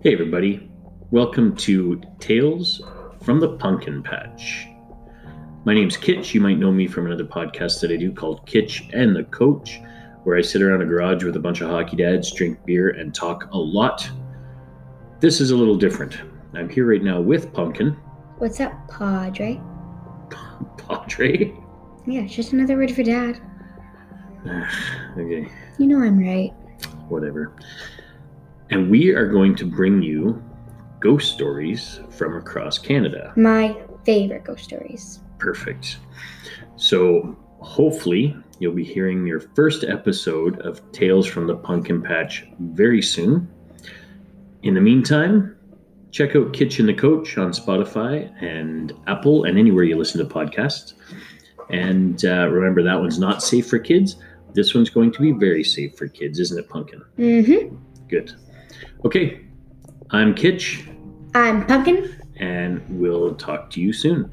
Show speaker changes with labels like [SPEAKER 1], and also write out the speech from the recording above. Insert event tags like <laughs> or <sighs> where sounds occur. [SPEAKER 1] Hey, everybody. Welcome to Tales from the Pumpkin Patch. My name's Kitch. You might know me from another podcast that I do called Kitch and the Coach, where I sit around a garage with a bunch of hockey dads, drink beer, and talk a lot. This is a little different. I'm here right now with Pumpkin, <laughs>
[SPEAKER 2] What's up, Padre?
[SPEAKER 1] Padre. <sighs>
[SPEAKER 2] Yeah, it's just another word for dad.
[SPEAKER 1] okay.
[SPEAKER 2] You know I'm right.
[SPEAKER 1] whatever. And we are going to bring you ghost stories from across Canada.
[SPEAKER 2] My favorite ghost stories.
[SPEAKER 1] Perfect. So hopefully you'll be hearing your first episode of Tales from the Pumpkin Patch very soon. In the meantime, check out Kitchen the Coach on Spotify and Apple and anywhere you listen to podcasts. And uh, remember, that one's not safe for kids. This one's going to be very safe for kids, isn't it, Pumpkin?
[SPEAKER 2] Mm-hmm.
[SPEAKER 1] Good. Okay. I'm Kitch,
[SPEAKER 2] I'm Pumpkin.
[SPEAKER 1] and we'll talk to you soon.